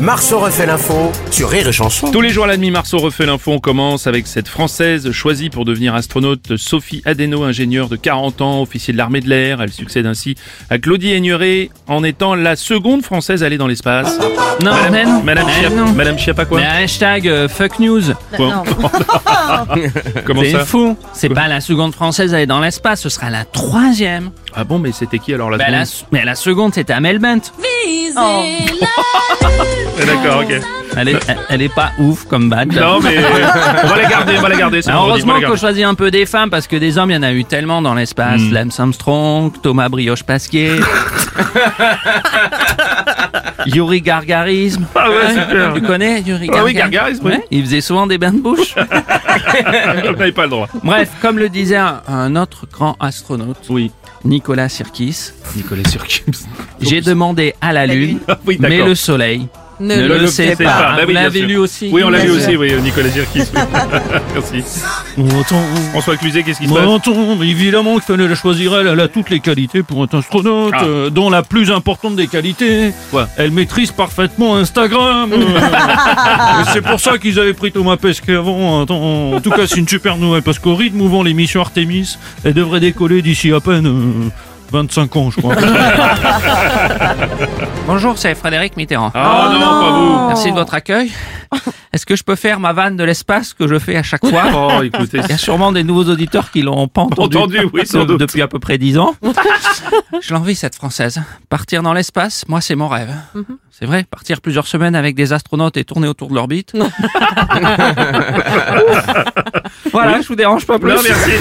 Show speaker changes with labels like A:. A: Marceau refait l'info sur Rire et Chanson.
B: Tous les jours à la demi Marceau refait l'info. On commence avec cette Française choisie pour devenir astronaute, Sophie Adeno, ingénieure de 40 ans, officier de l'armée de l'air. Elle succède ainsi à Claudie Aigneret en étant la seconde Française allée dans l'espace. Non,
C: Madame-
B: Madame, Madame,
C: Ah,
B: Chia-
C: non.
B: Madame Chiappa quoi
C: Mais hashtag euh, fuck news.
B: Quoi Comment
C: C'est
B: ça
C: fou. C'est pas la seconde française à aller dans l'espace, ce sera la troisième.
B: Ah bon, mais c'était qui alors la
C: Bah, la,
B: seconde
C: mais la seconde, c'était à Melbourne.
B: Ah, D'accord, ok.
C: Elle est, elle- elle est pas ouf comme badge.
B: Non, mais euh, on va la garder, on va la garder. c'est
C: Ah,
B: vendredi, on va
C: heureusement
B: la
C: qu'on
B: garder.
C: choisit un peu des femmes parce que des hommes, il y en a eu tellement dans l'espace.
B: Hmm.
C: Lance Armstrong, Thomas Brioche-Pasquier, Yuri Gargarisme.
B: Ah ouais, super.
C: Tu connais Yuri
B: Ah oui,
C: Gargarisme
B: Gargarisme, oui.
C: Ouais, Il faisait souvent des bains de bouche.
B: Vous n'avez pas le droit.
C: Bref, comme le disait un- un autre grand astronaute,
B: Oui.
C: Nicolas Sirkis,
B: Nicolas Sirkis.
C: j'ai demandé à la Lune,
B: Ah oui, d'accord.
C: mais le Soleil ne,
B: Ne
C: le, sait pas.
B: Bah oui,
C: Vous
B: bien
C: l'avez
B: sûr.
C: lu aussi
B: Oui, on l'a
C: Bien
B: lu
C: sûr.
B: aussi, oui, Nicolas Sirkis. oui. Merci. François Cluzet, qu'est-ce qui se passe
D: Entend, évidemment que Fenel choisirait elle a toutes les qualités pour être astronaute,
B: Ah.
D: euh, dont la plus importante des qualités,
B: Quoi
D: elle maîtrise parfaitement Instagram. euh. Et c'est pour ça qu'ils avaient pris Thomas Pesquet avant. hein. attends. En tout cas, c'est une super nouvelle parce qu'au rythme où vont les missions Artemis, elle devrait décoller d'ici à peine euh, 25 ans, je crois.
C: Bonjour, c'est Frédéric Mitterrand.
B: Ah Oh. non, pas vous
C: Merci de votre accueil. Est-ce que je peux faire ma vanne de l'espace que je fais à chaque fois
B: Oh, écoutez,
C: Il y a sûrement des nouveaux auditeurs qui l'ont pas entendu,
B: Entendu, oui, sans
C: de-
B: doute.
C: depuis à peu près 10 ans. Je l'envie cette française. Partir dans l'espace, moi c'est mon rêve. C'est vrai, partir plusieurs semaines avec des astronautes et tourner autour de l'orbite. voilà, je vous dérange pas plus.
B: non, merci.